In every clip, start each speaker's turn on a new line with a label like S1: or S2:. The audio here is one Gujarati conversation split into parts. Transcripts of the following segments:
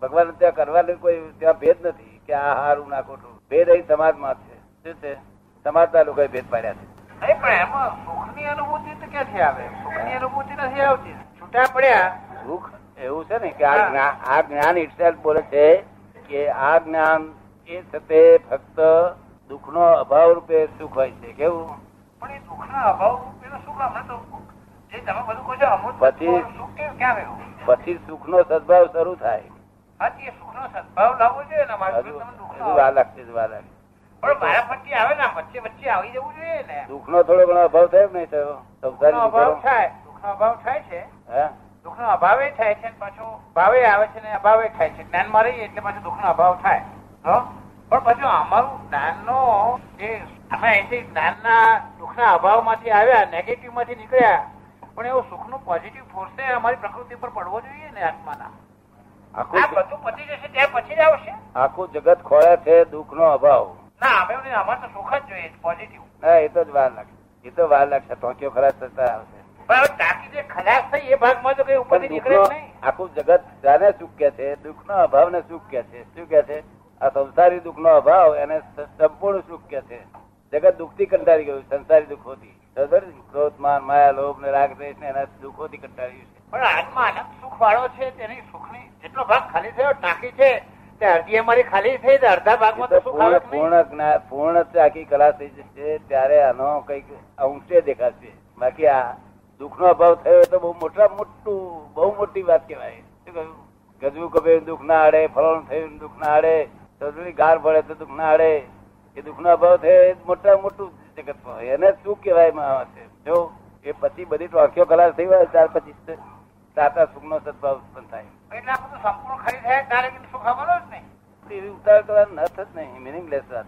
S1: ભગવાન ત્યાં કરવાનું કોઈ ત્યાં ભેદ નથી કે આ હારું ના ખોટું ભેદ અહીં સમાજમાં છે શું છે સમાજના લોકોએ ભેદ પાડ્યા છે
S2: નહીં પણ એમાં સુખની અનુભૂતિ તો ક્યાંથી આવે સુખની અનુભૂતિ નથી આવતી છૂટા પડ્યા
S1: સુખ એવું છે ને કે આ જ્ઞા- આ જ્ઞાન itself બોલે છે કે આ જ્ઞાન એ છતે ફક્ત દુઃખનો અભાવ રૂપે સુખ હોય છે કેવું
S2: પણ એ દુઃખના અભાવ પેલો સુખ હમણાં તો જે તમે બધું કહો છો અમૃત
S1: પછી-
S2: સુખ કેમ ક્યાં આવ્યું
S1: પછી સુખનો સદભાવ શરૂ થાય
S2: હા તે સુખનો સદભાવ લાવવો જોઈએ ને મારા
S1: હજુ
S2: જોડે તમે દુઃખ
S1: હજુ
S2: ના
S1: વાર
S2: આવે.
S1: લાગશે હજુ વાર લાગશે
S2: પણ મારા ફરતી આવે ને વચ્ચે વચ્ચે આવી જવું જોઈએ ને
S1: દુઃખનો થોડો ઘણો અભાવ થયો કે નહીં થયો સંસારી
S2: દુઃખનો અભાવ
S1: દુઃખનો?
S2: થાય દુઃખનો અભાવ થાય છે
S1: હે?
S2: દુઃખનો અભાવે થાય છે ને પાછો ભાવે આવે છે ને અભાવે થાય છે જ્ઞાનમાં રહીએ એટલે પાછો દુઃખનો અભાવ થાય હો? પણ પાછું અમારું જ્ઞાનનો જે અમે અહીંથી જ્ઞાનના દુઃખના અભાવમાંથી આવ્યા નેગેટિવ માંથી નીકળ્યા પણ એવો સુખનો પોઝિટિવ ફોર્સ અમારી પ્રકૃતિ પર પડવો જોઈએ ને આત્માના
S1: આખું
S2: આ બધું પતી જશે ત્યાં પછી જ આવશે
S1: આખું જગત ખોળે છે દુઃખનો અભાવ
S2: ના અમે નહીં, અમારે તો સુખ જ જોઈએ પોઝિટિવ
S1: ના એ તો જ વાર લાગશે એ તો વાર લાગશે ટોંકીઓ ખરાબ થતા આવશે
S2: પણ હવે ટાંકી જે ખલાસ થઈ એ ભાગમાં તો કઈ ઉપરથી
S1: પણ
S2: નીકળે જ
S1: દુઃખનો
S2: નહીં
S1: આખું જગત જાણે સુખ કે છે દુઃખનો અભાવને સુખ કે છે શું કે છે આ સંસારી દુઃખનો અભાવ એને સ- સંપૂર્ણ સુખ કે છે જગત દુઃખથી કંટાળી ગયું સંસારી દુઃખોથી ખબર છે? ક્રોધ માન માયા લોભ ને રાગ દ્વેષ ને એના દુઃખોથી કંટાળી ગયું
S2: પણ આત્મા અનંત સુખ વાળો છે તેની સુખની જેટલો ભાગ ખાલી થયો ટાંકી છે તે અડધી અમારી ખાલી થઈ તો અડધા
S1: છે એ
S2: ભાગમાં
S1: તો
S2: તો સુખ આવે
S1: પૂર્ણ
S2: જ
S1: પૂર્ણ
S2: નહીં.
S1: જ્ઞા- પૂર્ણ જ આખી કલા થઈ જશે ત્યારે આનો કઈક અંશે દેખાશે બાકી આ દુઃખનો અભાવ થયો એ તો બહુ મોટા મોટું બહુ મોટી વાત કહેવાય શું કહ્યું ગજવું કપે દુઃખ ના આડે ફલણ થયું દુઃખ ના આડે સસરી ગાર ભળે તો દુઃખ ના આડે એ દુઃખ નો અભાવ થયો એ જ મોટા મોટું જગત હોય એને શું કહેવાય માં છે જો એ પછી બધી ટોંકીઓ ખલાસ થઈ હોય ત્યાર પછી સાચા સુખ નો સદભાવ ઉત્પન્ન થાય
S2: એટલે આ બધું સંપૂર્ણ ખાલી થાય ત્યારે કીધું સુખ આવવાનો જ નહીં
S1: એવી ઉતાર કરવાનો અર્થ જ નહીં મિનિંગલેસ વાત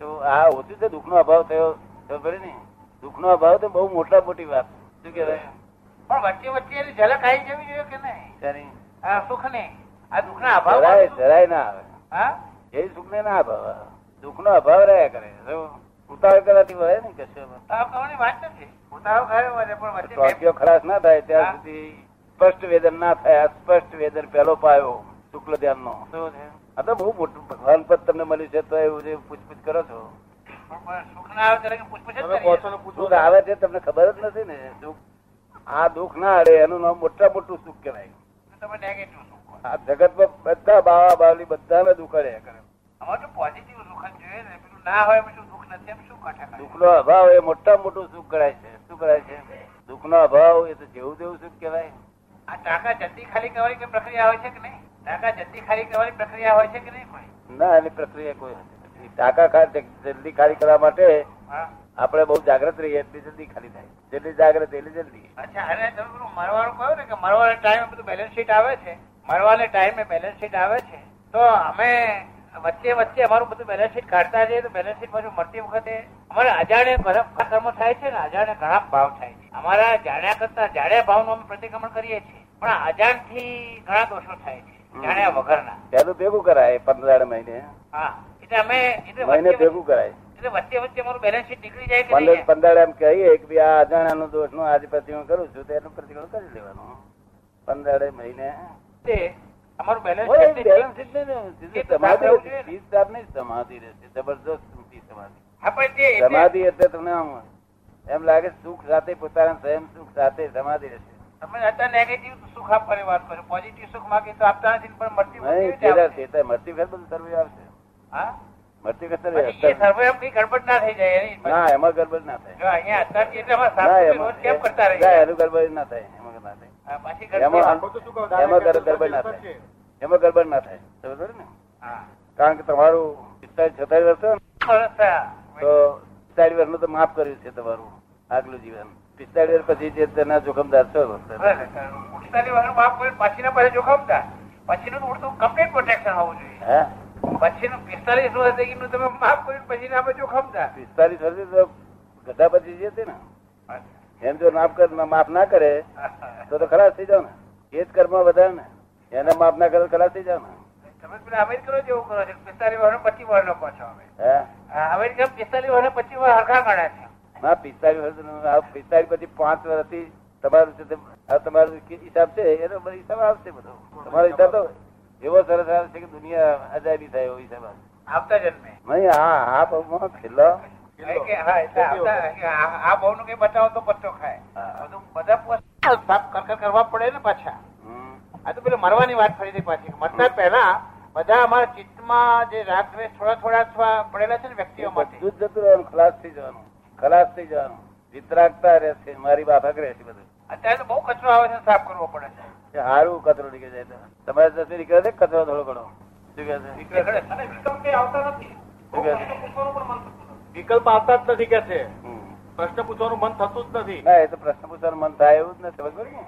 S1: તો આ ઓછું છે દુઃખનો અભાવ થયો ખબર પડી ને દુઃખનો અભાવ તો બહુ મોટા મોટી વાત શું કહેવાય
S2: પણ વચ્ચે વચ્ચે એની ઝલક આવી જવી જોઈએ કે નહીં
S1: ત્યારે
S2: આ સુખની આ દુઃખના
S1: જરાય
S2: અભાવ
S1: જરાય ના આવે
S2: હા
S1: એ સુખને ના અભાવ આવે. દુઃખનો અભાવ રહ્યા કરે જો ઉતાવળ કરવાથી વળે ને કશું
S2: તાવ કરવાની વાત નથી ઉતાવ ગયો અને પણ વચ્ચે
S1: ટોકીઓ ખરાશ ના થાય
S2: હા.
S1: ત્યાં સુધી સ્પષ્ટ વેદન ના થાય આ સ્પષ્ટ વેદન પહેલો પાયો શુક્લ ધ્યાનનો
S2: શું છે?
S1: આ તો બહુ મોટું ભગવાન પદ તમને મળ્યું છે તો એવું જે પૂછપુછ કરો છો
S2: પણ- પણ સુખ ના આવે ત્યારે કે પૂછપુછ જ
S3: તમે
S2: કરીએ.
S3: કહો છો ને પૂછો
S1: દુઃખ આવે છે તમને ખબર જ નથી ને દુઃખ આ દુઃખ ના અડે એનું નામ મોટા મોટું સુખ કહેવાય
S2: તમે negative સુખ કહો.
S1: આ જગતમાં બધા બાવા બાવલી બધાને દુઃખ અડ્યા કરે
S2: અમારે તો positive સુખ જ જોઈએ ને પેલું ના હોય એમ શું દુઃખ નથી એમ શું કાઠા કાઢે?
S1: દુઃખનો અભાવ એ મોટા મોટું સુખ ગણાય છે શું ગણાય છે દુઃખનો અભાવ એ તો જેવું તેવું સુખ કહેવાય
S2: આ ટાંકા જલ્દી ખાલી કરવાની કોઈ પ્રક્રિયા હોય છે કે નહીં ટાંકા જલ્દી ખાલી કરવાની પ્રક્રિયા હોય છે કે નહીં કોઈ
S1: ના એની પ્રક્રિયા કોઈ નથી. એ ટાંકા ખા જલ્દી ખાલી કરવા માટે
S2: હા.
S1: આપણે બહુ જાગ્રત રહીએ એટલી જલ્દી ખાલી થાય જેટલી જાગ્રત એટલી જલ્દી
S2: અચ્છા અને તમે પેલું મરવાનું કહ્યું ને કે મરવાના ટાઈમે બધું બેલેન્સ શીટ આવે છે મરવાના ટાઈમે બેલેન્સ શીટ આવે છે તો અમે વચ્ચે વચ્ચે અમારું બધું બેલેન્સ શીટ કાઢતા જઈએ તો બેલેન્સ શીટ પાછું મળતી વખતે અમારે અજાણે ઘણા કર્મ થાય છે ને અજાણે ઘણા ભાવ થાય છે અમારા જાણ્યા કરતા જાણ્યા ભાવનું અમે પ્રતિક્રમણ કરીએ છીએ પણ અજાણ થી ઘણા દોષો થાય છે જાણ્યા વગરના
S1: પહેલું ભેગું કરાય પંદર મહિને
S2: હા એટલે અમે એટલે
S1: મહિને
S2: વચ્ચે-
S1: ભેગું કરાય
S2: એટલે વચ્ચે વચ્ચે મારું બેલેન્સ શીટ નીકળી જાય કે
S1: પંદર
S2: નહીં?
S1: પંદર એમ કહીએ કે ભઈ આ અજાણાનો દોષ નું આજે પ્રતિક્રમણ કરું છું તો એનું પ્રતિક્રમણ કરી લેવાનું પંદર મહિને
S2: તે અમારું બેલેન્સ
S1: ઓય,
S2: શીટ
S1: balance
S2: નીકળી-
S1: sheet ને ને, સીધી
S2: એ તો
S1: સમાધિ
S2: સાચવવું
S1: રહેશે.
S2: જોઈએ ને.
S1: સીધી આપની સમાધિ રહેશે. જબરદસ્ત ઊંચી સમાધિ.
S2: હા, પણ તે એટલે-
S1: સમાધિ એટલે તમને આમ એમ લાગે સુખ સાથે પોતાના સ્વયં સુખ સાથે સમાધિ રહેશે
S2: તમે અત્યારે negative સુખ આપવાની વાત કરો પોઝિટિવ સુખ માંગે તો આપતા નથી ને પણ મળતી વખતે
S1: નહીં,
S2: કેવી રીતે
S1: ચેડા છે.
S2: આપશે?
S1: એટલે મરતી વખત બધું survey આવશે
S2: હા?
S1: મરતી વખત survey
S2: પછી એ
S1: આવશે.
S2: સર્વે એમ કઈ ગડબડ ના થઈ જાય એની
S1: ના એમાં ગરબડ ના થાય
S2: જો અહીંયા અત્યારથી એટલે અમારે
S1: ના
S2: સાફ સફાઈ
S1: એમાં
S2: રોજ કેમ કરતા
S1: ના,
S2: રહીએ?
S1: એનું ગરબડ ના થાય એમાં ના થાય
S2: હા, પાછી
S1: એમાં-
S2: ગડબડ-
S3: આમ કહો તો શું કહો?
S1: એમાં
S3: ધારો કે
S1: ગરબડ ના
S3: સત્સંગ
S1: થાય
S3: છે.
S1: એમાં ગરબડ ના થાય સમજ પડી ને
S2: હા.
S1: કારણ કે તમારું પિસ્તાળીસ છતાલીસ વર્ષ થયું ને,
S2: સરસ, હા.
S1: તો પિસ્તાળીસ વર્ષનું તો માફ કર્યું છે તમારું આગલું જીવન પિસ્તાળીસ વર્ષ પછી જે તેના જોખમદાર છો
S2: બરાબર. ઉડતાની વારનું માપ હોય, પાછીના પાસે જોખમતા પછીનું તો ઉડતું complete protection હોવું જોઈએ
S1: હા
S2: પછીનું 45 વર્ષ થઈ ગયું તમે માફ કર્યું પછી ના આપણે જોખમતા
S1: પિસ્તાળીસ વર્ષે તો ગધા પછી જે છે ને એમ જો માફ કર માફ ના કરે તો તો ખલાસ થઈ જાવ ને એ જ કર્મ વધારે ને એને માફ ના કરે તો ખલાસ થઈ જાવ ને
S2: તમે પેલા અમેરિકનો જેવું કરો છો પિસ્તાલીસ વર્ષ પચીસ વર્ષ લોકો છો અમે
S1: હા
S2: આ અમેરિકા પિસ્તાલીસ વર્ષ પચીસ વર્ષ હરખા ગણે છે
S1: ના પિસ્તાળીસ વર્ષ પિસ્તાળીસ પછી પાંચ વર્ષથી તમારું છે તે- આ તમારો હિસાબ છે એનો બધો હિસાબ આવશે બધો તમારો હિસાબ તો એવો સરસ હાલ છે કે દુનિયા અજાયબી થાય એવી છે બસ.
S2: આવતા જન્મે
S1: નહીં હા હા પગમાં છેલ્લો
S2: એટલે કે હા, એટલે આવતા- કે આ આ બહુનું કંઈ બતાવો તો પત્તો ખાય
S1: હા.
S2: બધું બધા પોત- સાફ કરકર કરવા પડે ને પાછા
S1: હમ.
S2: આ તો પેલી મરવાની વાત ફરી હતી પાછી મરતા પહેલા બધા અમારા ચિત્તમાં જે રાગ દ્વેષ થોડા થોડા અથવા પડેલા છે ને વ્યક્તિઓ માટે
S1: બધું જ જતું રહેવાનું ખલાસ થઈ જવાનું ખલાસ થઈ જવાનું વિતરાગતા રહેશે મારી બાફક રહેશે બધું
S2: અત્યારે તો બહુ કચરો આવે છે સાફ કરવો પડે છે
S1: કે હારું કચરો નીકળી જાય તો. તમારે જશે નીકળે છે કચરો થોડો ઘણો શું કહે છે? શું કહે છે?
S3: વિકલ્પ આવતા જ નથી કે છે
S1: હમ.
S3: પ્રશ્ન પૂછવાનું મન થતું જ નથી
S1: ના એ તો પ્રશ્ન પૂછવાનું મન થાય એવું જ નથી ખબર ને